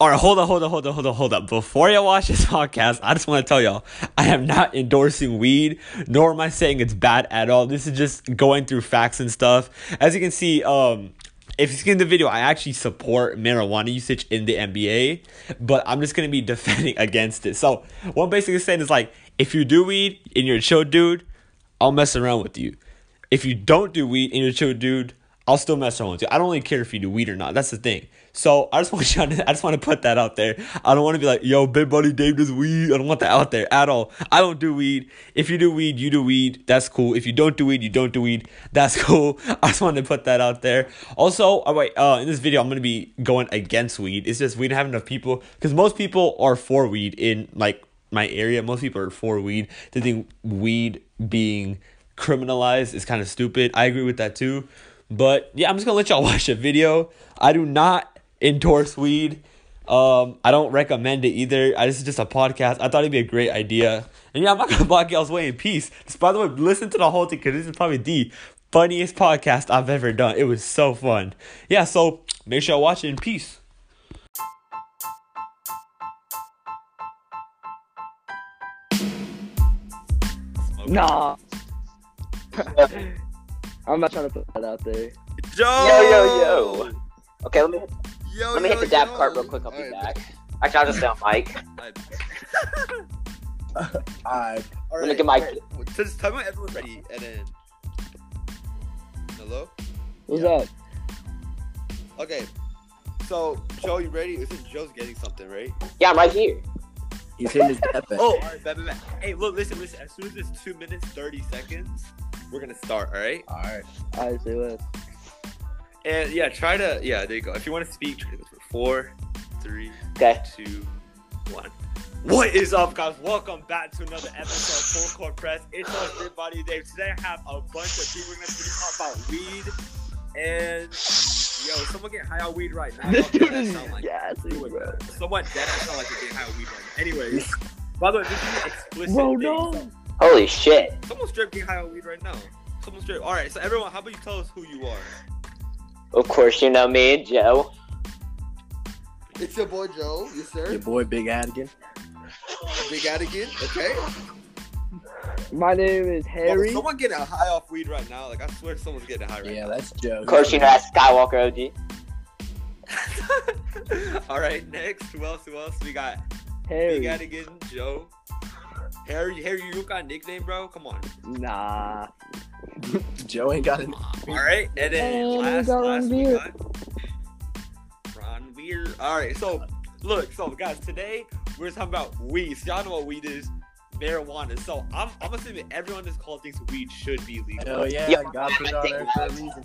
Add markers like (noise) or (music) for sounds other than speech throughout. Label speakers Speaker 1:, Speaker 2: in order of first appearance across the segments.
Speaker 1: All right, hold up, hold up, hold up, hold up, hold up. Before you watch this (laughs) podcast, I just want to tell y'all I am not endorsing weed, nor am I saying it's bad at all. This is just going through facts and stuff. As you can see, um, if you see in the video, I actually support marijuana usage in the NBA, but I'm just gonna be (laughs) defending against it. So what I'm basically saying is like, if you do weed and you're a chill dude, I'll mess around with you. If you don't do weed and you're a chill dude, I'll still mess around with you. I don't really care if you do weed or not. That's the thing. So I just (laughs) want you to, I just want to put that out there. I don't want to be like, yo, big buddy Dave does weed. I don't want that out there at all. I don't do weed. If you do weed, you do weed. That's cool. If you don't do weed, you don't do weed. That's (laughs) cool. I just wanted to put that out there. Also, oh wait, uh, in this video, I'm gonna be going against weed. It's just we don't have enough people because most people are for weed in like my area. Most people are for weed. They think weed being criminalized is kind of stupid. I agree with that too. But yeah, I'm just gonna let y'all (laughs) watch the video. I do not endorse weed. Um, I don't recommend it either. I, this is just a podcast. I thought it'd be a great idea. And yeah, I'm not gonna (laughs) block y'all's way in peace. Just by the way, listen to the whole thing because this is probably the funniest podcast I've ever done. It was so fun. Yeah, so make sure y'all watch it in peace.
Speaker 2: Nah. I'm not trying to put that out there.
Speaker 3: Yo, yo, yo. Okay, let me
Speaker 4: Yo,
Speaker 3: let me
Speaker 4: yo,
Speaker 3: hit the dab
Speaker 4: yo.
Speaker 3: card real quick. I'll be
Speaker 4: Alright,
Speaker 3: back. Actually, I'll just stay on mic.
Speaker 4: alright.
Speaker 2: Alright.
Speaker 3: Let
Speaker 4: Alright,
Speaker 3: me get my.
Speaker 4: alright. So just tell me when everyone's ready, and then. Hello.
Speaker 2: What's
Speaker 4: Yeah.
Speaker 2: up?
Speaker 4: Okay. So Joe, you ready? Is it Joe's getting something, right?
Speaker 3: Yeah, I'm right here.
Speaker 2: He's hitting his depth.
Speaker 4: Oh, all right, bet, bet, bet. Hey, look, listen, listen. As soon as it's two minutes thirty seconds, we're gonna start. All right.
Speaker 2: Alright. (laughs) Alright, say less.
Speaker 4: And yeah, try to. Yeah, there you go. If you want to speak, try to go for four, three,
Speaker 3: Okay.
Speaker 4: two, one. What is up, guys? Welcome back to another episode of Full Court Press. It's us, Big Body Dave. Today I have a bunch of people. We're gonna be talking about weed and yo, someone get high on weed right (laughs) now.
Speaker 2: This
Speaker 4: Someone
Speaker 2: dude is
Speaker 4: sound like-
Speaker 2: gassy,
Speaker 4: someone-
Speaker 2: bro.
Speaker 4: Someone definitely sound like they're getting high on weed right now. Anyways, by the way, this is an explicit.
Speaker 2: Bro,
Speaker 4: thing.
Speaker 2: no.
Speaker 3: Holy shit.
Speaker 4: Someone strip getting high on weed right now. Someone strip. All right, so everyone, how about you tell us who you are?
Speaker 3: Of course, you know me and Joe.
Speaker 4: It's your boy Joe. Yes,
Speaker 2: Your
Speaker 4: sir.
Speaker 2: boy Big Adigan.
Speaker 4: Big Adigan. Okay.
Speaker 2: My name is Harry.
Speaker 4: someone getting high off weed right now. Like I swear, someone's getting high right
Speaker 2: Yeah, that's Joe.
Speaker 3: Of course, you know that's Skywalker OG.
Speaker 4: now. (laughs) All right, next. Who else? Who else? We got
Speaker 2: Harry.
Speaker 4: Big Adigan, Joe, Harry. Harry, you got a nickname, bro. Come on.
Speaker 2: Nah.
Speaker 5: Joe ain't got it.
Speaker 4: All right, and then
Speaker 2: Hey,
Speaker 4: last,
Speaker 2: Ron
Speaker 4: last we
Speaker 2: Weir.
Speaker 4: got Ron Weir. All right, so look, so guys, today we're talking about weed. So y'all know what weed is, marijuana. So I'm, I'm assuming everyone in this call thinks weed should be legal.
Speaker 5: Hell yeah,
Speaker 3: Yeah,
Speaker 5: God put it
Speaker 3: I
Speaker 5: on
Speaker 3: think
Speaker 5: there for a reason.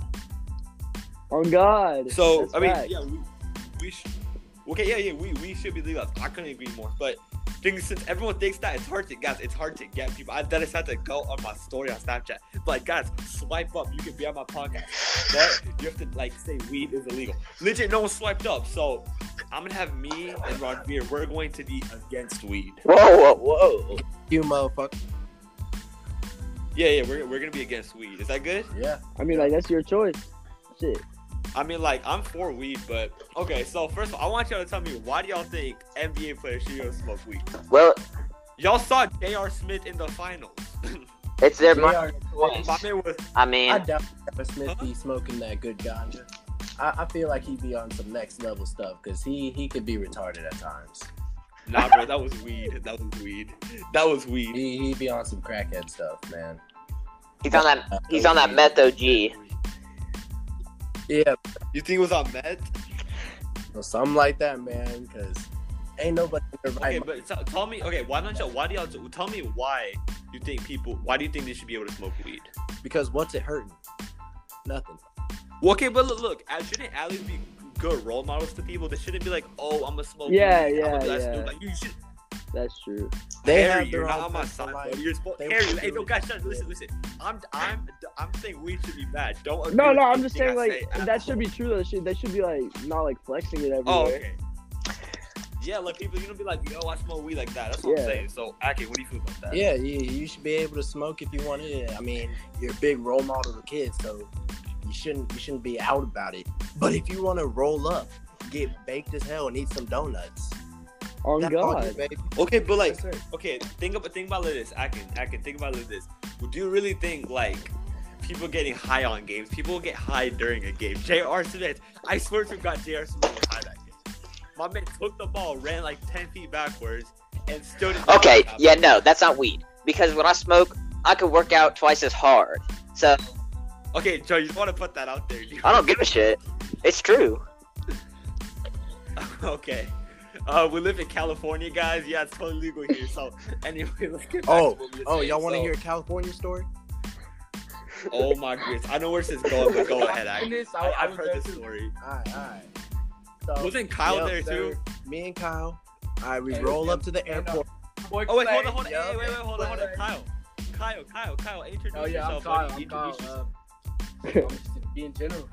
Speaker 2: On God.
Speaker 4: So
Speaker 2: That's
Speaker 4: I mean,
Speaker 2: fact.
Speaker 4: yeah, we, we should. Okay, yeah, yeah, we, we should be legal. I couldn't agree more. But things since everyone thinks that it's hard to guys, it's hard to get people. I then I had to go on my story on Snapchat. But like guys, swipe up. You can be on my podcast. But you have to like say weed is illegal. Legit, no one swiped up. So I'm gonna have me and Ron Beer. We're going to be against weed.
Speaker 3: Whoa, whoa, whoa.
Speaker 5: You motherfucker.
Speaker 4: Yeah, yeah, we're, we're gonna be against weed. Is that good?
Speaker 5: Yeah.
Speaker 2: I mean, like, that's your choice. Shit.
Speaker 4: I mean, like, I'm for weed, but okay. So first of all, I want y'all to tell me why do y'all think NBA players should go smoke weed?
Speaker 3: Well,
Speaker 4: Y'all saw J.R. Smith in the finals.
Speaker 3: it's their
Speaker 5: JR,
Speaker 3: mind.
Speaker 4: My man was
Speaker 3: I
Speaker 5: I
Speaker 3: mean,
Speaker 5: doubt Kevin Smith be smoking that good ganja. I, I feel like he'd be on some next level stuff because he he could be retarded at times.
Speaker 4: (laughs) nah, bro. That was weed. That was weed. That was weed.
Speaker 5: He he be on some crackhead stuff, man.
Speaker 3: he's on that. He's on that meth OG.
Speaker 5: Yeah,
Speaker 4: You think it was on meth?
Speaker 5: so something like that, man. Because ain't nobody in their
Speaker 4: Okay,
Speaker 5: right.
Speaker 4: but t- tell me. Okay, why don't y'all? Why do y'all? t- Tell me why you think people? Why do you think they should be able to smoke weed?
Speaker 5: mind. because what's it hurting? Nothing.
Speaker 4: Well, okay, but look, look I shouldn't at least be good role models to people. They shouldn't be like, oh, I'm a smoke.
Speaker 2: Yeah,
Speaker 4: weed. I'ma
Speaker 2: yeah,
Speaker 4: do that
Speaker 2: yeah.
Speaker 4: shit. Like, you should.
Speaker 2: That's true.
Speaker 5: They
Speaker 4: Harry,
Speaker 5: have
Speaker 4: you're
Speaker 5: their
Speaker 4: not
Speaker 5: own
Speaker 4: on my
Speaker 5: personal
Speaker 4: side.
Speaker 5: life.
Speaker 4: Bro. You're supposed.
Speaker 5: They
Speaker 4: Harry,
Speaker 5: want
Speaker 4: hey,
Speaker 5: to
Speaker 4: no,
Speaker 5: do
Speaker 4: guys, shut, listen, listen. I'm, I'm, I'm saying weed should be bad. Don't. agree
Speaker 2: No,
Speaker 4: with
Speaker 2: no, I'm just saying,
Speaker 4: anything I
Speaker 2: like,
Speaker 4: say at
Speaker 2: that should
Speaker 4: all.
Speaker 2: be true. That should, that should be, like, not, like, flexing it everywhere.
Speaker 4: Oh, okay. Yeah, like people, you don't be like, yo, I smoke weed like that. That's what
Speaker 2: Yeah.
Speaker 4: I'm saying. So, Aki, what do you feel about that?
Speaker 5: Yeah, you, you should be able to smoke if you want it. I mean, you're a big role model to kids, so you shouldn't you shouldn't be out about it. But if you want to roll up, get baked as hell and eat some donuts.
Speaker 2: On
Speaker 5: That's all
Speaker 2: Oh, God.
Speaker 5: you, baby.
Speaker 4: Okay, but like,
Speaker 5: Yes, sir.
Speaker 4: okay, think about think about this. I can I can think about this. Do you really think like people getting high on games? People get high during a game. J.R. Smith, I swear to God, J.R. Smith was high that game. My man took the ball, ran like ten feet backwards, and still didn't.
Speaker 3: Okay, yeah, no, that's not weed. Because when I smoke, I could work out twice as hard. So
Speaker 4: Okay, Joe, you want to put that out there? dude.
Speaker 3: I don't give a shit. It's true.
Speaker 4: (laughs) okay. Uh, we live in California, guys. Yeah, it's totally legal here. So, (laughs) anyway, let's get back
Speaker 5: Oh,
Speaker 4: to what we were
Speaker 5: oh,
Speaker 4: saying.
Speaker 5: y'all want to
Speaker 4: So-
Speaker 5: hear a California story?
Speaker 4: Oh my goodness, I know where this is going, but go
Speaker 5: (laughs)
Speaker 4: ahead. I, I, I've heard this story.
Speaker 5: All right, all right. So,
Speaker 4: Wasn't Kyle
Speaker 5: yep,
Speaker 4: there
Speaker 5: sir,
Speaker 4: too?
Speaker 5: Me and Kyle. All right, we
Speaker 6: And-
Speaker 5: roll up to the
Speaker 6: and, uh,
Speaker 5: airport.
Speaker 4: Oh wait, hold on, hold on, hey,
Speaker 6: Yup.
Speaker 4: wait, wait, hold on, hold on,
Speaker 6: Clay.
Speaker 4: Kyle, Kyle, Kyle, Kyle, introduce
Speaker 6: Oh yeah, I'm
Speaker 4: yourself.
Speaker 6: Kyle.
Speaker 4: buddy.
Speaker 6: I'm Kyle.
Speaker 4: Introduce yourself.
Speaker 6: Uh, I'm just being general.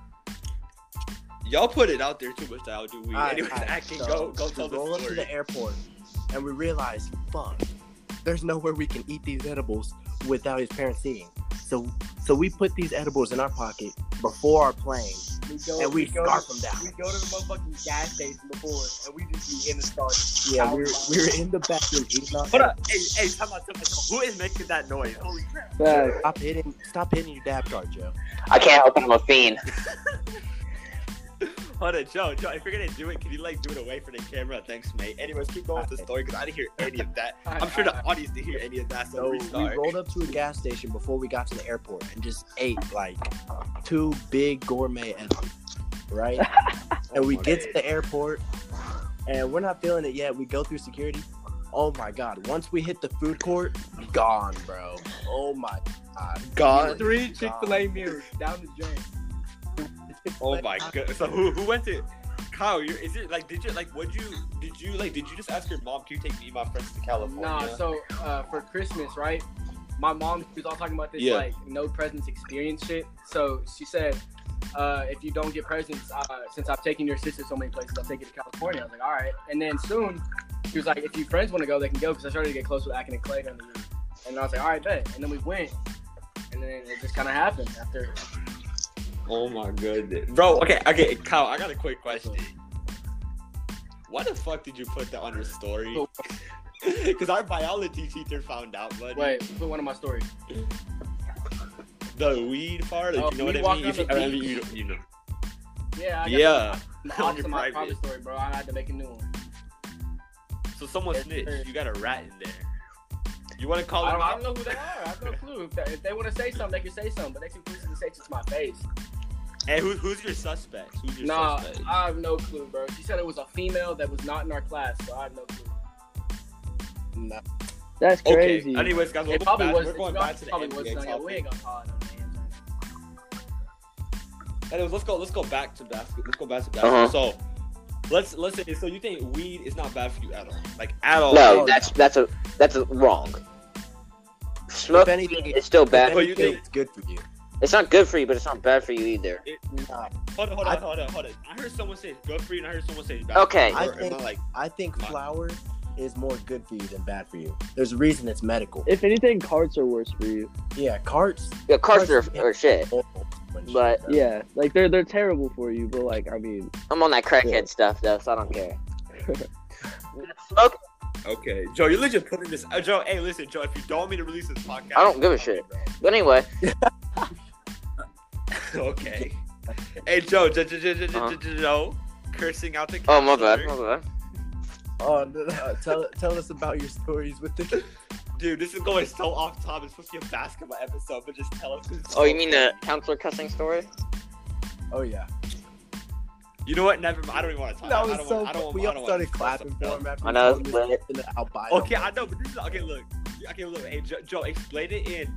Speaker 4: Y'all put it out there too much that I'll do weed.
Speaker 5: All right,
Speaker 4: Anyways,
Speaker 5: all right,
Speaker 4: I can
Speaker 5: so
Speaker 4: go, go
Speaker 5: we
Speaker 4: tell
Speaker 5: roll
Speaker 4: the
Speaker 5: up to
Speaker 4: story.
Speaker 5: the airport, and we realize, fuck, there's nowhere we can eat these edibles without his parents seeing. So, so we put these edibles in our pocket before our plane.
Speaker 6: We go
Speaker 5: And we
Speaker 6: go
Speaker 5: scarf
Speaker 6: to,
Speaker 5: 'em down.
Speaker 6: We go to the motherfucking gas station before, and we just be in the start.
Speaker 5: Yeah, we were, we were in the bathroom eating our
Speaker 4: Hold up, hey, hey, time out, time out, time out. Who is making that noise? Holy crap!
Speaker 2: Facts.
Speaker 5: Stop hitting, stop hitting your dab card, Joe.
Speaker 3: I can't help it. I'm a fiend.
Speaker 4: Hold on, Joe, Joe, if you're gonna do it, can you like do it away from the camera? Thanks, mate. Anyways, keep going with the story because I didn't hear any of that. I'm sure
Speaker 5: (laughs)
Speaker 4: the audience didn't hear any of that, so
Speaker 5: So we
Speaker 4: restart.
Speaker 5: rolled up to a gas station before we got to the airport and just ate like two big gourmet edibles, right?
Speaker 4: (laughs)
Speaker 5: and we get to the airport and we're not feeling it yet. We go through security. Oh my god! Once we hit the food court, gone, bro. Oh my god,
Speaker 4: God.
Speaker 6: (laughs) Three Chick Fil A mirrors down the drain.
Speaker 4: Oh my
Speaker 6: uh,
Speaker 4: god. So who who went to? Kyle, you're, is it like did you like would you did you like did you just ask your mom can you take me and my friends to California?
Speaker 6: Nah, so uh, for Christmas, right? My mom she was all talking about this
Speaker 4: Yeah.
Speaker 6: like no presents experience shit. So she said, uh, if you don't get presents, uh, since I've taken your sister so many places, I'll take you to California. I was like, all right. And then soon, she was like, if your friends want to go, they can go because I started to get close with Akin and Clay down the road. And I was like, all right, bet. And then we went. And then it just kind of happened after.
Speaker 4: Oh my goodness, bro. Okay, okay, Kyle. I got a quick question. Why the fuck did you put that on your story? (laughs) Because our biology teacher found out, buddy.
Speaker 6: Wait, put one of my stories.
Speaker 4: The weed part. Like,
Speaker 6: Oh,
Speaker 4: you know
Speaker 6: we
Speaker 4: what I
Speaker 6: walked
Speaker 4: mean?
Speaker 6: on
Speaker 4: If you,
Speaker 6: the
Speaker 4: I mean,
Speaker 6: beach.
Speaker 4: you, don't- you know.
Speaker 6: Yeah, I got
Speaker 4: Yeah.
Speaker 6: the
Speaker 4: on your
Speaker 6: opposite of my
Speaker 4: (laughs) private.
Speaker 6: private story, bro. I had to make a new one.
Speaker 4: So someone
Speaker 6: Yes,
Speaker 4: snitched.
Speaker 6: sir.
Speaker 4: You got a rat in there. You want to call him
Speaker 6: I don't, I don't
Speaker 4: out?
Speaker 6: know who they are. I have no clue. If they, if they want to say something, they can say something, but they can to say it's my face.
Speaker 4: Hey, who, who's your suspect? Who's your
Speaker 6: Nah,
Speaker 4: suspect?
Speaker 6: I have no clue, bro. She said it was a female that was not in our class, so I have no clue.
Speaker 5: No.
Speaker 2: That's
Speaker 4: Okay.
Speaker 2: crazy.
Speaker 4: Anyways, guys, we're
Speaker 6: It
Speaker 4: going
Speaker 6: probably
Speaker 4: back-
Speaker 6: was.
Speaker 4: we're going
Speaker 6: it
Speaker 4: back to the
Speaker 6: probably was.
Speaker 4: NBA
Speaker 6: not- yeah,
Speaker 4: topic.
Speaker 6: We ain't gonna call it no names. uh,
Speaker 4: Anyways, let's go. Let's go back to basketball. Let's go back to
Speaker 3: Uh-huh.
Speaker 4: basketball. So, let's let's say. So you think weed is not bad for you at all? Like at all?
Speaker 3: No,
Speaker 5: Oh,
Speaker 3: that's that's a that's a wrong. Smoking
Speaker 5: anything-
Speaker 3: weed is still bad.
Speaker 4: But Oh, you
Speaker 5: you
Speaker 4: think-
Speaker 5: it's good for you?
Speaker 3: It's not good for you, but it's not bad for you either.
Speaker 5: Nah,
Speaker 4: Hold on, hold on,
Speaker 5: I-
Speaker 4: hold on, hold on. I heard someone say it's good for you, and I heard someone say it's bad.
Speaker 3: Okay.
Speaker 4: for you.
Speaker 5: I
Speaker 4: Or am
Speaker 5: think-
Speaker 4: like
Speaker 5: I think
Speaker 4: Come on.
Speaker 5: flour is more good for you than bad for you. There's a reason it's medical.
Speaker 2: If anything, carts are worse for you.
Speaker 5: yeah, carts.
Speaker 3: Yeah, cars are,
Speaker 5: Cars-
Speaker 3: are shit.
Speaker 5: horrible when shit
Speaker 3: But-
Speaker 5: goes.
Speaker 2: Yeah, like they're they're terrible for you, but like I mean, (laughs)
Speaker 3: I'm on that crackhead
Speaker 2: Yeah.
Speaker 3: stuff though, so I don't (laughs) care. Smoke.
Speaker 4: okay, Joe, you're legit putting this. Uh, Joe, hey, listen, Joe, if you don't want me to release this podcast,
Speaker 3: I don't give a shit. But anyway,
Speaker 4: (laughs) okay. hey, Joe, Joe, Joe, Joe, Joe, Joe,
Speaker 3: Uh-huh.
Speaker 4: Joe, Joe, cursing out the.
Speaker 3: oh my bad,
Speaker 4: counselor.
Speaker 3: my bad.
Speaker 5: Oh, no, (laughs) no, tell tell us about your stories with the.
Speaker 4: Dude, this is going so off topic. It's supposed to be a basketball episode, but just tell us. 'cause it's
Speaker 3: Oh,
Speaker 4: so
Speaker 3: you mean the
Speaker 4: funny.
Speaker 3: counselor cussing story?
Speaker 5: Oh yeah.
Speaker 4: You know what? Never mind. I don't even want to talk.
Speaker 5: That
Speaker 4: I
Speaker 5: was
Speaker 4: don't,
Speaker 5: so.
Speaker 4: want- I don't,
Speaker 5: we
Speaker 4: I don't
Speaker 5: all
Speaker 4: want
Speaker 5: started
Speaker 4: to talk
Speaker 5: clapping
Speaker 4: about
Speaker 5: for
Speaker 4: that.
Speaker 5: him after.
Speaker 3: I know,
Speaker 5: he told
Speaker 3: but-
Speaker 5: us in the albino.
Speaker 4: Okay, I know, but this is okay. Look, okay, look. Hey, Joe, Joe explain it in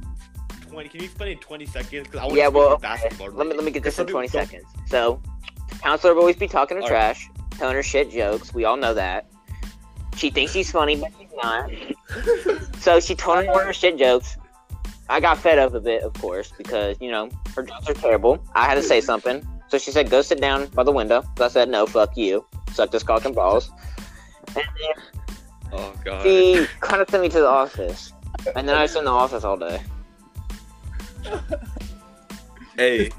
Speaker 4: twenty. Can you explain it in twenty seconds? 'Cause I want
Speaker 3: Yeah,
Speaker 4: to speak
Speaker 3: well,
Speaker 4: to
Speaker 3: okay.
Speaker 4: basketball.
Speaker 3: Let me let me get this in
Speaker 4: Somebody-
Speaker 3: 20
Speaker 4: don't-
Speaker 3: seconds. So, counselor will always be talking her
Speaker 4: All
Speaker 3: trash, telling her shit jokes. We all know that. She thinks she's funny, but she's not. so she told her more of her shit jokes. I got fed up a bit, of course, because you know her jokes are terrible. I had to say something, so she said, "Go sit down by the window." So I said, "No, fuck you, suck this cock and balls." And then
Speaker 4: Oh god.
Speaker 3: she kind of sent me to the office, and then I was in the office all day.
Speaker 4: Hey,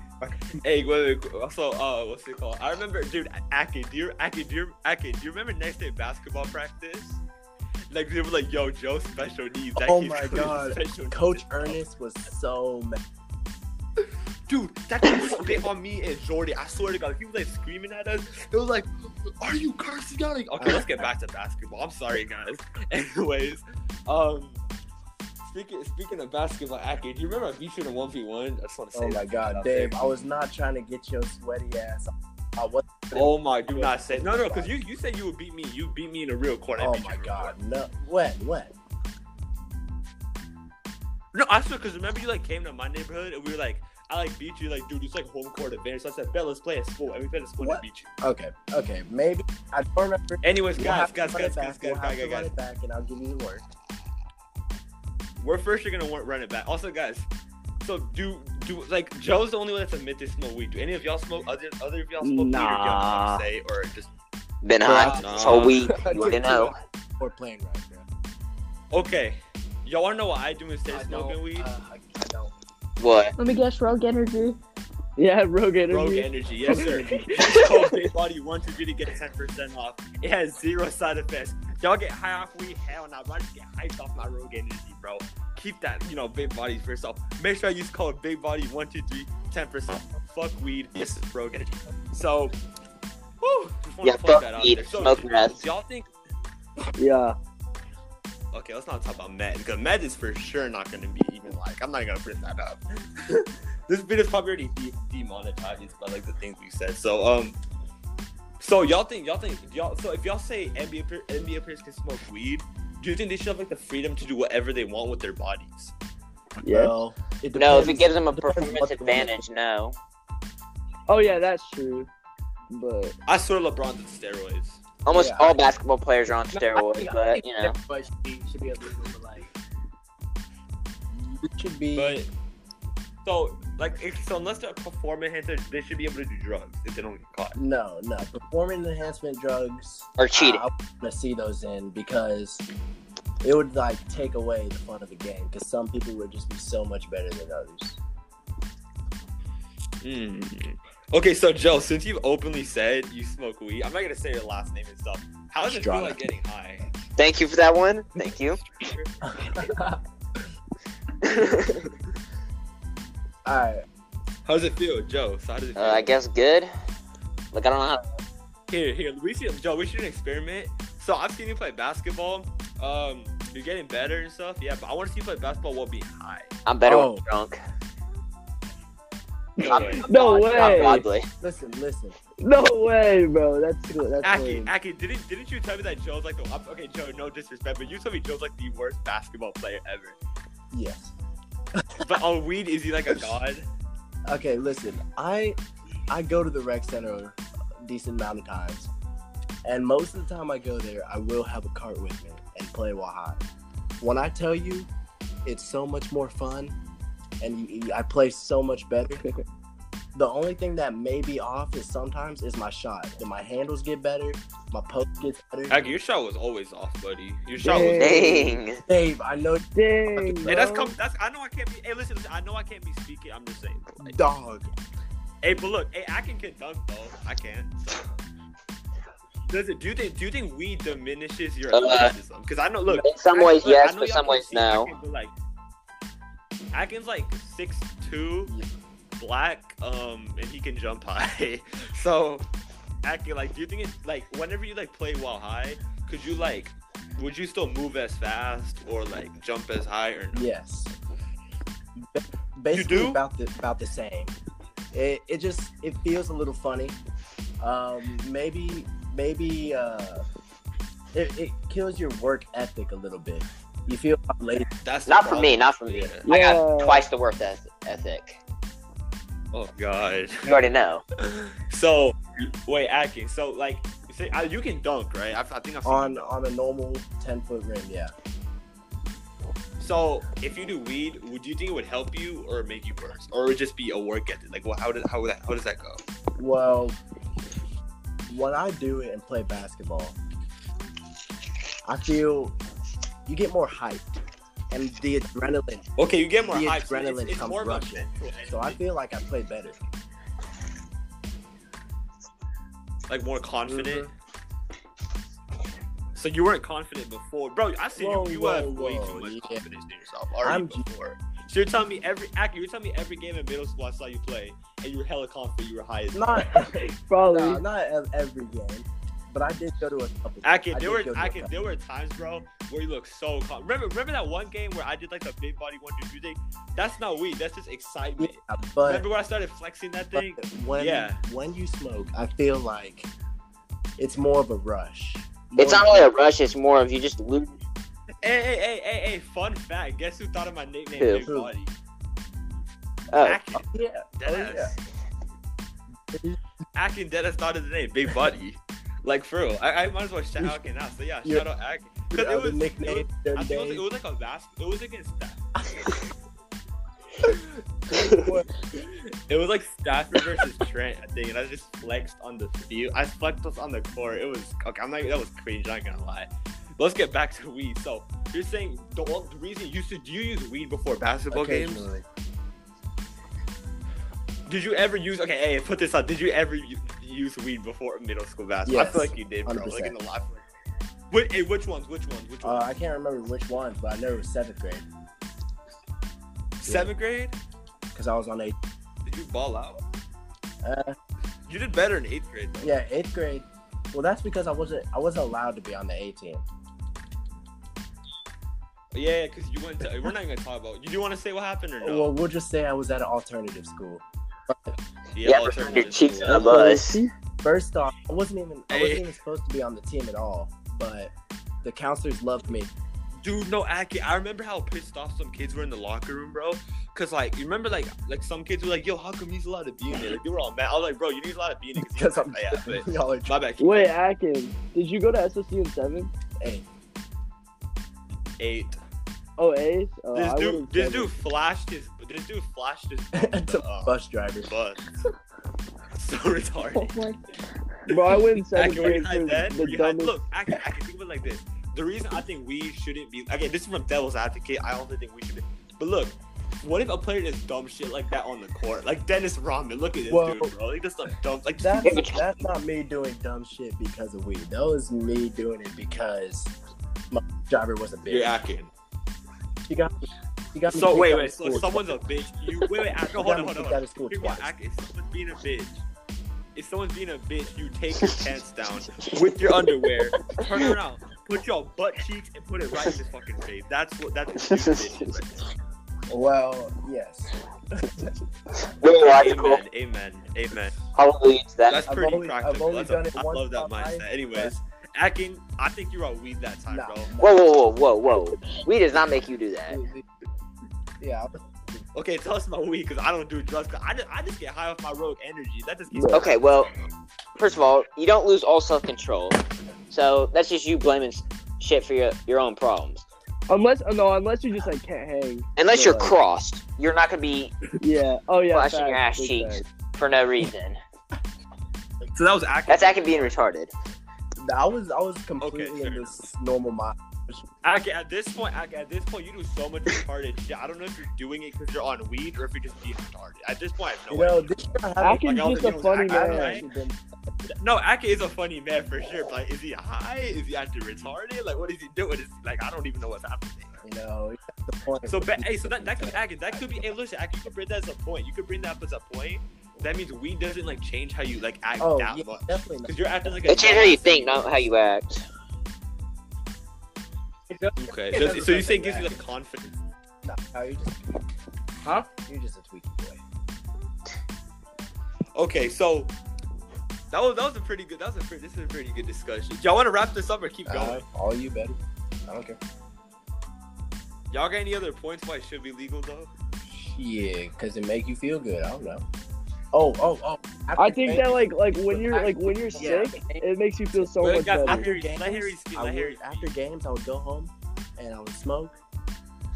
Speaker 4: Hey, wait, wait, wait. Also, uh, what's it called? I remember, dude, Aki, do you, Aki, do you, Aki, do you remember next day basketball practice? Like they were like, "Yo, Joe, special needs." That
Speaker 5: Oh
Speaker 4: kid's (laughs)
Speaker 5: my
Speaker 4: got
Speaker 5: God.
Speaker 4: special
Speaker 5: Coach
Speaker 4: needs.
Speaker 5: Ernest was so mad.
Speaker 4: dude, that kid spit on me and Jordy. I swear to God, he was like screaming at us. It was like, "Are you cursing out?" Like, okay, let's get back to basketball. I'm sorry, guys. (laughs) Anyways, um, speaking speaking of basketball, Aki, do you remember I beat you in a one v one? I just want to say.
Speaker 5: Oh my
Speaker 4: that.
Speaker 5: god,
Speaker 4: I'll say
Speaker 5: Dave! I was not trying to get your sweaty ass. I was.
Speaker 4: Oh my, do not say no, no, because you you said you would beat me. You beat me in a real court. I
Speaker 5: Oh
Speaker 4: beat you
Speaker 5: my
Speaker 4: in a real court.
Speaker 5: god, no! What? What?
Speaker 4: No, I swear, because remember you like came to my neighborhood and we were like, I like beat you, like dude, it's like home court advantage. So I said, bet let's play at school, and we played at school and I
Speaker 5: What?
Speaker 4: beat you.
Speaker 5: Okay, okay, maybe I don't remember.
Speaker 4: Anyways,
Speaker 5: We'll
Speaker 4: guys,
Speaker 5: have to
Speaker 4: guys,
Speaker 5: run
Speaker 4: guys,
Speaker 5: it
Speaker 4: guys,
Speaker 5: back.
Speaker 4: guys,
Speaker 5: We'll have
Speaker 4: guys,
Speaker 5: to
Speaker 4: guys,
Speaker 5: run
Speaker 4: guys.
Speaker 5: it back, and I'll give you the word.
Speaker 4: We're first you're gonna want run it back. Also, guys, so do do like Joe's the only one that's admitted to smoke weed. Do any of y'all smoke? Other other of y'all smoke weed? Or y'all
Speaker 3: Nah.
Speaker 4: smoke, say or just
Speaker 3: Been hot
Speaker 4: Nah.
Speaker 3: this whole
Speaker 5: (laughs)
Speaker 3: week. You
Speaker 5: Dude,
Speaker 3: wouldn't know.
Speaker 5: We're playing right, bro.
Speaker 4: okay. Y'all wanna know what I do instead
Speaker 6: I
Speaker 4: of
Speaker 6: don't,
Speaker 4: smoking weed?
Speaker 6: uh, I I don't.
Speaker 3: What?
Speaker 7: Let me guess, Rogue Energy.
Speaker 2: Yeah, Rogue Energy.
Speaker 4: Rogue energy, yes sir. (laughs) Use code Big Body One Two Three to get ten percent off. It has zero side effects. Y'all get high off weed, hell nah, bro. I just get hyped off my Rogue energy, bro. Keep that, you know, Big Body for yourself. Make sure I use code Big Body One Two Three, ten percent. Fuck weed. This is Rogue energy. So, whew, just wanna
Speaker 3: Yeah,
Speaker 4: plug
Speaker 3: fuck
Speaker 4: that out
Speaker 3: weed,
Speaker 4: there. So,
Speaker 3: smoke meth.
Speaker 4: Y'all think?
Speaker 2: Yeah.
Speaker 4: Okay, let's not talk about med because med is for sure not gonna be even like I'm not even gonna bring that up. (laughs) this video's probably already de- demonetized by like the things we said. So um, so y'all think y'all think y'all so if y'all say NBA per- NBA players can smoke weed, do you think they should have like the freedom to do whatever they want with their bodies?
Speaker 2: Yeah.
Speaker 5: Well, it
Speaker 3: No, if it
Speaker 5: depends.
Speaker 3: gives them a
Speaker 5: Depends what
Speaker 3: performance
Speaker 5: they want.
Speaker 3: advantage, no.
Speaker 2: Oh yeah, that's true. But
Speaker 4: I swear LeBron's on steroids.
Speaker 3: Almost
Speaker 5: Yeah,
Speaker 3: all
Speaker 5: I-
Speaker 3: basketball players are on
Speaker 6: No, I
Speaker 3: steroids,
Speaker 6: think- I
Speaker 3: but
Speaker 6: think
Speaker 3: you know,
Speaker 6: steroids should be, should be illegal, but like,
Speaker 5: It should be.
Speaker 4: But so like if, so unless they're performing enhancers, they should be able to do drugs if they don't get caught.
Speaker 5: No, no. Performing enhancement drugs.
Speaker 3: or cheating.
Speaker 4: Uh,
Speaker 5: I want to see those in because it would like take away the fun of the game because some people would just be so much better than others.
Speaker 4: Mm. Okay, so Joe, since you've openly said you smoke weed, I'm not gonna say your last name and stuff. How does it feel
Speaker 5: Strata.
Speaker 4: like getting high?
Speaker 3: Thank you for that one.
Speaker 4: (laughs)
Speaker 3: Thank you. Uh,
Speaker 5: All right,
Speaker 4: How does it feel, Joe? So how does it feel?
Speaker 3: Uh, I guess good. Like I don't know how.
Speaker 4: Here, here, we should, Joe. We should do an experiment. So I've seen you play basketball. Um, you're getting better and stuff. Yeah, but I want to see you play basketball while being high.
Speaker 3: I'm better when
Speaker 5: Oh.
Speaker 3: I'm drunk.
Speaker 4: No
Speaker 3: I'm-
Speaker 4: way.
Speaker 2: no
Speaker 3: I'm- I'm
Speaker 2: way.
Speaker 3: godly.
Speaker 5: listen, listen.
Speaker 2: No way, bro. That's good. That's
Speaker 4: Aki,
Speaker 2: good.
Speaker 4: Aki, didn't didn't you tell me that Joe's like the I'm- okay, Joe? No disrespect, but you told me Joe's like the worst basketball player ever.
Speaker 5: Yes.
Speaker 4: But on weed, is he like a god?
Speaker 5: Okay, listen. I I go to the rec center a decent amount of times, and most of the time I go there, I will have a cart with me and play while high. When I tell you, it's so much more fun, and you, you- I play so much better. The only thing that may be off is sometimes is my shot. Then my handles get better, my poke gets better.
Speaker 4: Aki, your shot was always off, buddy. Your shot was
Speaker 2: Dang.
Speaker 3: Dang.
Speaker 5: Dave, I know,
Speaker 2: (laughs) Dang.
Speaker 4: Hey, that's
Speaker 2: bro.
Speaker 4: come. That's I know I can't be. Hey, listen, listen, I know I can't be speaking. I'm just saying. Like,
Speaker 5: dog.
Speaker 4: hey, but look, hey, I can get dunk though. I can. So. Does it? Do you think? Do you think weed diminishes your
Speaker 3: Uh,
Speaker 4: athleticism? Because I know. Look,
Speaker 3: In some
Speaker 4: I-
Speaker 3: ways,
Speaker 4: look, I
Speaker 3: yes,
Speaker 4: know
Speaker 3: but
Speaker 4: y'all
Speaker 3: some
Speaker 4: can
Speaker 3: ways,
Speaker 4: see- I
Speaker 3: no.
Speaker 4: can be like, I can like six two,
Speaker 5: Yeah.
Speaker 4: black, um, and he can jump high. (laughs) so, Akin, like, do you think it like whenever you like play while high, could you like, would you still move as fast or like jump as high or no?
Speaker 5: Yes. Ba- Basically
Speaker 4: do?
Speaker 5: about the about the same. It, it just it feels a little funny. Um, maybe maybe uh, it, it kills your work ethic a little bit. You feel lazy.
Speaker 4: That's the
Speaker 3: Not for me.
Speaker 4: problem.
Speaker 3: Not for me.
Speaker 4: Yeah.
Speaker 3: I got
Speaker 2: Yeah.
Speaker 3: twice the worth eth- ethic.
Speaker 4: Oh god. (laughs)
Speaker 3: You already know.
Speaker 4: So wait, Atkins. So like, you, say, uh, you can dunk, right? I, I think I've seen
Speaker 5: on
Speaker 4: you dunk.
Speaker 5: on a normal ten foot rim. Yeah.
Speaker 4: So if you do weed, would you think it would help you or make you worse, or it would just be a work ethic? Like, well, how did how would that how does that go?
Speaker 5: Well, when I do it and play basketball, I feel you get more hyped and the adrenaline
Speaker 4: Okay, you get more
Speaker 5: The
Speaker 4: hype. so it's-
Speaker 5: adrenaline
Speaker 4: it's
Speaker 5: comes
Speaker 4: more of a
Speaker 5: rushing.
Speaker 4: mental
Speaker 5: So I
Speaker 4: thing.
Speaker 5: feel like I play better.
Speaker 4: like more confident. So you weren't confident before, bro. I see
Speaker 5: Mm-hmm. Whoa,
Speaker 4: you. You
Speaker 5: whoa,
Speaker 4: have way
Speaker 5: whoa,
Speaker 4: too much
Speaker 5: yeah.
Speaker 4: confidence in yourself already
Speaker 5: I'm-
Speaker 4: before. So you're telling me every act, you're telling me every game in middle school I saw you play, and you were hella confident. You were high as (laughs)
Speaker 5: Not,
Speaker 2: Probably.
Speaker 5: nah, not ev- every game, but I did go to a couple.
Speaker 4: Akin,
Speaker 5: I
Speaker 4: there
Speaker 5: did
Speaker 4: were
Speaker 5: go to a
Speaker 4: Akin,
Speaker 5: couple.
Speaker 4: there were times, bro, where you look so calm. Remember, remember that one game where I did like the big body one two three thing? That's not weed. That's just excitement.
Speaker 5: Yeah, but,
Speaker 4: remember when I started flexing that
Speaker 5: but
Speaker 4: thing?
Speaker 5: when
Speaker 4: yeah.
Speaker 5: when you smoke, I feel like it's more of a rush.
Speaker 3: It's
Speaker 5: More
Speaker 3: not really a rush. It's more of you just lose.
Speaker 4: Hey, hey, hey, hey, hey! Fun fact: Guess who thought of my nickname,
Speaker 3: Who?
Speaker 4: Big Body?
Speaker 3: Oh,
Speaker 4: Akin,
Speaker 5: Yeah. Oh, yeah.
Speaker 4: Dennis. Akin Dennis thought of the name Big Body. like for real, I, I might as well shout out Akin now. So yeah,
Speaker 5: Yeah.
Speaker 4: shout out Akin.
Speaker 5: Your
Speaker 4: Because it
Speaker 5: other
Speaker 4: was
Speaker 5: nickname,
Speaker 4: nickname.
Speaker 5: them
Speaker 4: I think it was,
Speaker 5: days.
Speaker 4: it was like a last. It was against that.
Speaker 5: (laughs)
Speaker 4: It was like Stafford versus Trent, I think, and I just flexed on the field. I flexed us on the court. It was okay. I'm not. That was cringe. I'm not gonna lie. But let's get back to weed. So you're saying the, all- the reason you should do you use weed before basketball games?
Speaker 5: Occasionally.
Speaker 4: Did you ever use? Okay, hey, put this out. Did you ever u- use weed before middle school basketball? I
Speaker 5: Yes.
Speaker 4: feel like you did, bro. Like in the last. Which, hey, which ones? Which ones? Which
Speaker 5: Uh,
Speaker 4: ones?
Speaker 5: I can't remember which ones, but I know it was seventh grade
Speaker 4: Seventh grade?
Speaker 5: because I was on eighth.
Speaker 4: Did you ball out?
Speaker 5: Uh,
Speaker 4: You did better in eighth grade. Though.
Speaker 5: yeah, eighth grade. Well, that's because I wasn't I wasn't allowed to be on the A team.
Speaker 4: Yeah, because you went. To, we're not even gonna talk about. You do want to say what happened or no?
Speaker 5: Well, we'll just say I was at an alternative school.
Speaker 3: yeah,
Speaker 4: all
Speaker 3: we're
Speaker 4: terms
Speaker 3: your
Speaker 4: of
Speaker 3: cheeks
Speaker 4: school.
Speaker 3: on a bus.
Speaker 5: First off, I wasn't even I
Speaker 4: Hey.
Speaker 5: wasn't even supposed to be on the team at all, but the counselors loved me. (laughs)
Speaker 4: Dude, no, Aki. I remember how pissed off some kids were in the locker room, bro. Cause like, you remember like, like some kids were like, "Yo, how come he's allowed to be in there?" Like they were all mad. I was like, "Bro, you need allowed to be in it."
Speaker 5: Because I'm
Speaker 4: yeah, but
Speaker 5: (laughs) y'all are
Speaker 4: my bad.
Speaker 2: Wait, Akin, did you go to SSU in seven?
Speaker 5: hey, (laughs)
Speaker 4: eight.
Speaker 2: Oh, A's? Oh,
Speaker 4: This
Speaker 2: I went in
Speaker 4: dude, this
Speaker 2: seven.
Speaker 4: dude flashed his, this dude flashed his bump
Speaker 5: to
Speaker 4: to, uh,
Speaker 5: bus drivers.
Speaker 4: bus. (laughs) so retarded.
Speaker 2: Bro, I went in seventh
Speaker 4: Aki, were you
Speaker 2: grade
Speaker 4: high
Speaker 2: for
Speaker 4: then? Were
Speaker 2: the
Speaker 4: you high?
Speaker 2: dumbest.
Speaker 4: Look, Aki, I can think of it like this. The reason I think we shouldn't be again, this is from Devil's Advocate. I also think we should. Be, but look, what if a player does dumb shit like that on the court? Like Dennis Rodman. Look at this
Speaker 5: Well,
Speaker 4: dude, bro. Like this some dumb. Like
Speaker 5: That's that's not me doing dumb shit because of weed. That was me doing it because my driver was a
Speaker 4: (laughs)
Speaker 5: bitch.
Speaker 4: you're acting.
Speaker 5: She got me. She got me
Speaker 4: So
Speaker 5: kicked
Speaker 4: wait,
Speaker 5: out
Speaker 4: wait.
Speaker 5: of
Speaker 4: So
Speaker 5: school
Speaker 4: someone's a bitch. You
Speaker 2: (laughs)
Speaker 4: wait, wait. Aki,
Speaker 5: She
Speaker 4: hold
Speaker 5: got
Speaker 4: on,
Speaker 5: me
Speaker 4: hold on.
Speaker 5: kicked
Speaker 4: Hold
Speaker 5: out
Speaker 4: on.
Speaker 5: of school
Speaker 4: Hear me out,
Speaker 5: twice.
Speaker 4: Aki, If someone's being a bitch, if someone's being a bitch, you take
Speaker 2: (laughs)
Speaker 4: your pants down with your underwear, turn around, put your butt cheeks, and put it right in his fucking face. That's what. That's what you did. Right there.
Speaker 5: Well, yes.
Speaker 3: We're logical.
Speaker 4: Amen. Amen. Amen.
Speaker 3: Hallelujah to that.
Speaker 4: That's
Speaker 5: I've
Speaker 4: pretty
Speaker 5: only- I've
Speaker 4: practical.
Speaker 5: only
Speaker 4: That's
Speaker 5: done
Speaker 4: a-
Speaker 5: it
Speaker 4: I
Speaker 5: once
Speaker 4: love that
Speaker 5: in my
Speaker 4: mindset.
Speaker 5: life,
Speaker 4: Anyways, Akin, I think you're on weed that time,
Speaker 5: Nah.
Speaker 4: bro.
Speaker 3: Whoa, whoa, whoa, whoa, whoa. We does not make you do that.
Speaker 5: Yeah, I was
Speaker 4: Okay, tell us about weed because I don't do drugs. 'cause I just, I just get high off my rogue energy. That just gets
Speaker 3: Okay, well, first of all, you don't lose all self control. So that's just you blaming s- shit for your, your own problems.
Speaker 2: (laughs) Unless, oh, no, unless you just like can't hang.
Speaker 3: Unless
Speaker 2: But,
Speaker 3: you're
Speaker 2: like,
Speaker 3: crossed, you're not going to be
Speaker 2: Yeah. Oh yeah.
Speaker 3: flashing your ass
Speaker 2: facts, big
Speaker 3: cheeks
Speaker 2: facts.
Speaker 3: for no reason.
Speaker 4: so that was Akin.
Speaker 3: That's acting being retarded.
Speaker 5: I was I was completely
Speaker 4: fair
Speaker 5: in this normal mind.
Speaker 4: Akin, at this point, Akin, at this point, you do so much retarded shit. I don't know if you're doing it because you're on weed or if you're just being retarded. At this point, I have no
Speaker 5: You know,
Speaker 4: idea.
Speaker 5: this year I haven't-
Speaker 2: Akin's
Speaker 4: Like, I was-
Speaker 2: just a
Speaker 4: you know,
Speaker 2: funny
Speaker 4: I- I-
Speaker 2: man.
Speaker 4: I- No, Akin is a funny man for sure. But like, is he high? Is he actually retarded? Like, what is he doing? Is, like, I don't even know what's happening.
Speaker 5: you know, it's at the point.
Speaker 4: So, ba- hey, so that, that could be Akin. That could be. Hey, listen, Akin, you could bring that as a point. You could bring that up as a point. That means weed doesn't like change how you like act
Speaker 5: oh,
Speaker 4: that
Speaker 5: yeah,
Speaker 4: much.
Speaker 5: definitely not.
Speaker 4: Because you're acting like a.
Speaker 3: It changes how you think, not how you act.
Speaker 4: Okay. (laughs)
Speaker 6: It
Speaker 4: so-
Speaker 6: doesn't
Speaker 4: so you
Speaker 6: affect
Speaker 4: think
Speaker 6: how
Speaker 4: it gives
Speaker 6: you
Speaker 4: you like confidence?
Speaker 5: No, no, you're just
Speaker 6: Huh?
Speaker 5: you're just a tweaky boy.
Speaker 4: Okay, so that was that was a pretty good. That was a pretty. This is a pretty good discussion. Y'all want to wrap this up or keep
Speaker 5: Uh,
Speaker 4: going?
Speaker 5: all you better. I don't care.
Speaker 4: Y'all got any other points why it should be legal though?
Speaker 5: Yeah, because it make you feel good. I don't know. Oh, oh, oh.
Speaker 2: I
Speaker 5: After
Speaker 2: think
Speaker 5: games-
Speaker 2: that like like when you're like when you're
Speaker 5: Yeah.
Speaker 2: sick, it makes you feel so
Speaker 4: Well,
Speaker 2: much
Speaker 4: guys,
Speaker 2: better.
Speaker 4: I hear
Speaker 5: after
Speaker 4: you. Let Harry
Speaker 5: games,
Speaker 4: speak,
Speaker 5: I
Speaker 4: let
Speaker 5: would-
Speaker 4: Harry speak.
Speaker 5: after games, I would go home and I would smoke.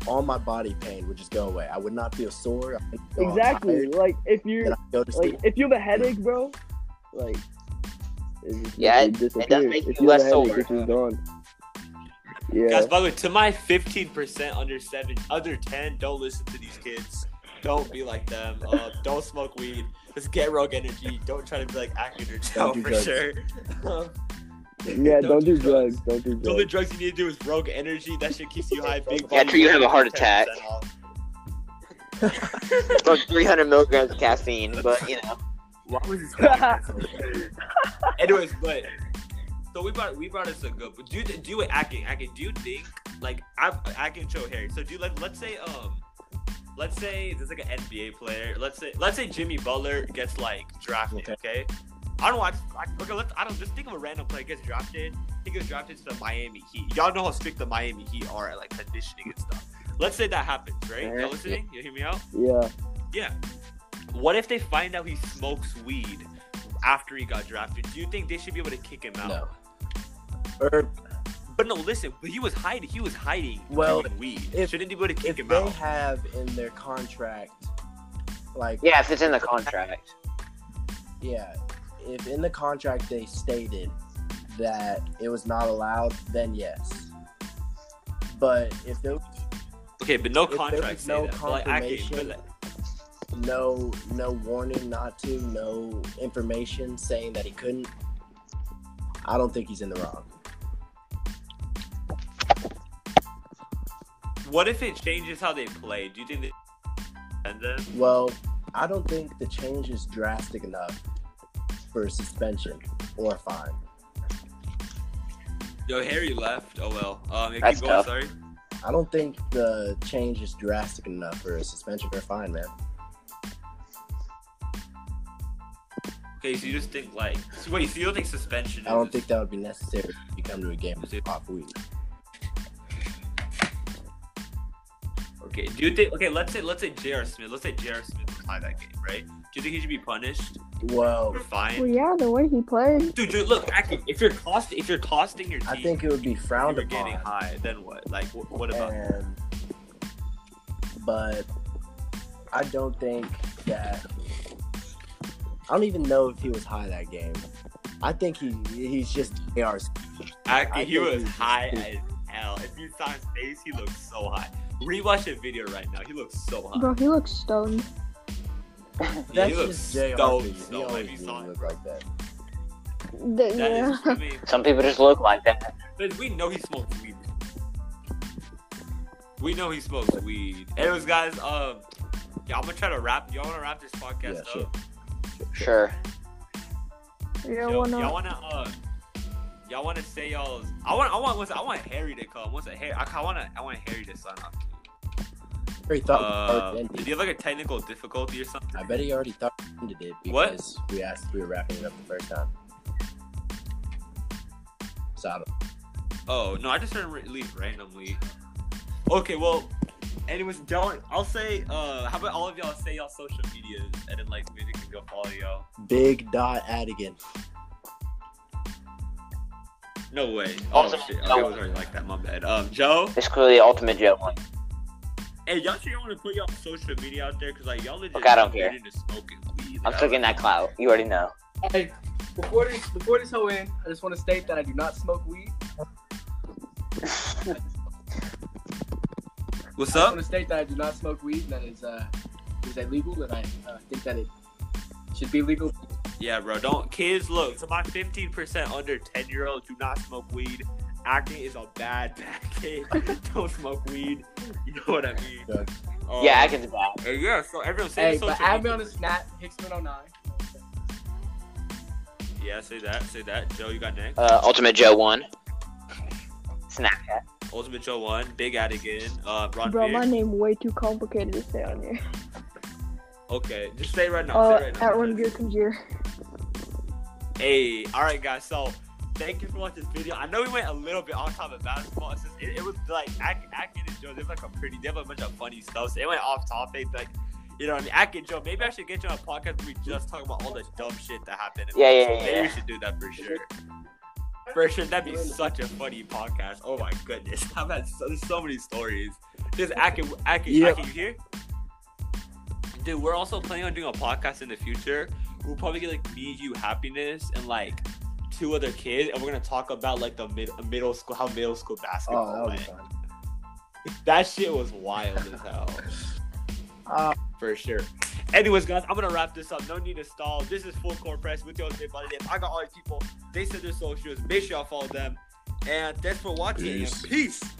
Speaker 5: All my body pain would just go away. I would not feel sore. I wouldn't feel
Speaker 2: Exactly.
Speaker 5: tired.
Speaker 2: Like if
Speaker 5: Then
Speaker 2: you're
Speaker 5: I'd go to sleep.
Speaker 2: like if you have a headache, bro, like it just
Speaker 3: Yeah,
Speaker 2: makes you
Speaker 3: it does
Speaker 2: disappear.
Speaker 3: make
Speaker 2: if
Speaker 3: you
Speaker 2: you have a
Speaker 3: less
Speaker 2: headache,
Speaker 3: sore.
Speaker 2: it's just gone. Yeah.
Speaker 4: Guys, by the way, to my 15% under seven, under 10, don't listen to these kids. Don't be like them. Uh, don't smoke weed. Just get rogue energy. Don't try to be like acting or
Speaker 5: Don't do
Speaker 4: for
Speaker 5: drugs.
Speaker 4: sure. (laughs)
Speaker 2: Yeah,
Speaker 4: Don't
Speaker 2: don't
Speaker 4: do
Speaker 2: do drugs. Don't do
Speaker 4: the only
Speaker 2: drugs.
Speaker 4: drugs you need to do is rogue energy. That shit keeps you high. Big
Speaker 3: Yeah,
Speaker 4: body
Speaker 3: till you have a heart
Speaker 4: 10%
Speaker 3: attack.
Speaker 4: off.
Speaker 3: (laughs) About 300 milligrams of caffeine, but you know,
Speaker 5: Why was this?
Speaker 4: Anyways, but so we brought we brought this a good. But do you do you acting acting? Do you think like I'm acting show Harry? So do you like let's say um let's say there's like an NBA player. Let's say let's say Jimmy Butler gets like drafted. Okay. I don't watch. I, okay, let's. I don't just think of a random player gets drafted. He gets drafted to the Miami Heat. Y'all know how strict the Miami Heat are at like conditioning and stuff. Let's say that happens, right? Y'all listening? You hear me out?
Speaker 2: Yeah.
Speaker 4: Yeah. What if they find out he smokes weed after he got drafted? Do you think they should be able to kick him out?
Speaker 5: No. Or
Speaker 4: But no, listen. But he was hiding. He was hiding.
Speaker 5: Well,
Speaker 4: doing weed.
Speaker 5: if-
Speaker 4: Shouldn't they be able to
Speaker 5: if
Speaker 4: kick him
Speaker 5: they
Speaker 4: out?
Speaker 5: have in their contract, like
Speaker 3: yeah, if it's in the contract.
Speaker 5: yeah, if in the contract they stated that it was not allowed, then yes. But if there,
Speaker 4: Okay, but no
Speaker 5: if there
Speaker 4: contract
Speaker 5: was
Speaker 4: say
Speaker 5: no
Speaker 4: that. But, like, I can, but
Speaker 5: confirmation,
Speaker 4: like,
Speaker 5: no no warning not to, no information saying that he couldn't, I don't think he's in the wrong.
Speaker 4: what if it changes how they play? Do you think they? And then
Speaker 5: Well, I don't think the change is drastic enough for a suspension or a fine.
Speaker 4: yo, Harry left. Oh well. Um, yeah,
Speaker 3: That's
Speaker 4: keep going.
Speaker 3: tough.
Speaker 4: Sorry.
Speaker 5: I don't think the change is drastic enough for a suspension or a fine, man.
Speaker 4: Okay, so you just think like so wait, so you don't think suspension?
Speaker 5: I don't
Speaker 4: is-
Speaker 5: think that would be necessary if you come to a game with pop weed.
Speaker 4: Okay, do you think? Okay, let's say let's say J.R. Smith. Let's say J.R. Smith was high that game, right? Do you think he should be punished
Speaker 5: Well,
Speaker 4: or fined?
Speaker 7: Well, yeah, the way he played.
Speaker 4: Dude, dude, look, actually, if you're cost, if you're costing your team,
Speaker 5: I think it would be
Speaker 4: if
Speaker 5: frowned
Speaker 4: you're getting
Speaker 5: upon.
Speaker 4: high. Then what? Like, what, what about?
Speaker 5: And, but I don't think that. I don't even know if he was high that game. I think he he's just AR.
Speaker 4: Actually,
Speaker 5: I
Speaker 4: he
Speaker 5: think
Speaker 4: was
Speaker 5: he's-
Speaker 4: high as hell. If you saw his face, he looked so high. Rewatch the video right now. He looks so high.
Speaker 7: Bro, he looks stoned.
Speaker 4: Yeah,
Speaker 5: That's
Speaker 4: he looks
Speaker 5: just JR.
Speaker 4: stoned,
Speaker 5: He
Speaker 4: stoned,
Speaker 5: always
Speaker 4: like,
Speaker 5: used
Speaker 4: he's
Speaker 5: to
Speaker 4: on-
Speaker 5: look like that.
Speaker 7: The-
Speaker 4: That
Speaker 7: yeah.
Speaker 4: is- I mean,
Speaker 3: Some people just look like that.
Speaker 4: but we know he smokes weed. We know he smokes weed. Anyways, guys, um, yeah, I'm gonna try to wrap. Y'all wanna wrap this podcast
Speaker 5: Yeah,
Speaker 4: up?
Speaker 5: sure.
Speaker 3: Sure.
Speaker 7: (laughs) yeah,
Speaker 4: Yo,
Speaker 7: why not?
Speaker 4: y'all wanna uh, y'all wanna say y'all's. I want. I want. Once I want Harry to come. Once Harry, I, I wanna. I want Harry to sign off.
Speaker 5: He thought
Speaker 4: Uh,
Speaker 5: we already
Speaker 4: did
Speaker 5: ended.
Speaker 4: you have like a technical difficulty or something?
Speaker 5: I bet he already thought we ended it
Speaker 4: What?
Speaker 5: because we asked if we were wrapping it up the first time. So I don't.
Speaker 4: Oh no, I just heard it leave randomly. Okay, well, anyways, don't. I'll say. Uh, how about all of y'all say y'all social medias, and then like maybe can go follow y'all.
Speaker 5: Big dot Adigan.
Speaker 4: No way. Oh
Speaker 3: Awesome.
Speaker 4: shit. Okay, I was already like that. My bad. Um, Joe.
Speaker 3: It's clearly the ultimate joke.
Speaker 4: Hey, y'all sure y'all want to put y'all social media out there because like y'all legit.
Speaker 3: Okay, I don't care.
Speaker 4: getting into smoking weed.
Speaker 3: I'm still getting that clout. You already know.
Speaker 6: Hey, before this before this whole end, I just want to state that I do not smoke weed.
Speaker 4: What's
Speaker 6: I just
Speaker 4: up?
Speaker 6: want to state that I do not smoke weed. and That is uh is illegal, and I uh, think that it should be legal.
Speaker 4: Yeah, bro. Don't kids look. So my 15% under 10 year olds do not smoke weed. Acting is a bad (laughs) bad kid. don't smoke weed. You know what I mean?
Speaker 5: Drugs.
Speaker 4: Um,
Speaker 3: Yeah, I can do that.
Speaker 4: Uh, yeah, so everyone say
Speaker 6: Hey,
Speaker 4: the
Speaker 6: but
Speaker 4: social
Speaker 6: add me
Speaker 4: media.
Speaker 6: on the snap, Hicksman09.
Speaker 4: Yeah, say that, say that. Joe, you got next.
Speaker 3: Uh, ultimate Joe one. Snapchat.
Speaker 4: Ultimate Joe one, big ad again. Uh, Ron
Speaker 7: Bro,
Speaker 4: Beard.
Speaker 7: my name way too complicated to say on here.
Speaker 4: Okay, just say it right now.
Speaker 7: uh,
Speaker 4: say it right now.
Speaker 7: at Run Beer comes here.
Speaker 4: Hey, all right, guys. So, thank you for watching this video. I know we went a little bit off topic of basketball. It's just, it, it was like Ak Ak and Joe. They have like a pretty. They have a bunch of funny stuff. So it went off topic. Like, you know, what I mean, Ak and Joe. Maybe I should get you on a podcast where we just talk about all the dumb shit that happened. in
Speaker 3: Yeah, yeah,
Speaker 4: basketball.
Speaker 3: yeah,
Speaker 4: Maybe we
Speaker 3: yeah.
Speaker 4: should do that for sure. For sure, that'd be such a funny podcast. Oh my goodness, (laughs) I've had so, there's so many stories. Just Ak, and- Ak, and-
Speaker 5: Yeah.
Speaker 4: Ak, you here? Dude, we're also planning on doing a podcast in the future. We'll probably get like me, you, happiness, and like two other kids, and we're gonna talk about like the mid- middle school, how middle school
Speaker 5: Oh,
Speaker 4: basketball
Speaker 5: that would be
Speaker 4: went.
Speaker 5: fun.
Speaker 4: That shit was wild as hell,
Speaker 5: (laughs) Uh,
Speaker 4: for sure. Anyways, guys, I'm gonna wrap this up. No need to stall. This is full court press with your Jay Buddy. I got all these people. They said their socials. Make sure y'all follow them. And thanks for watching.
Speaker 8: Peace.
Speaker 4: Peace.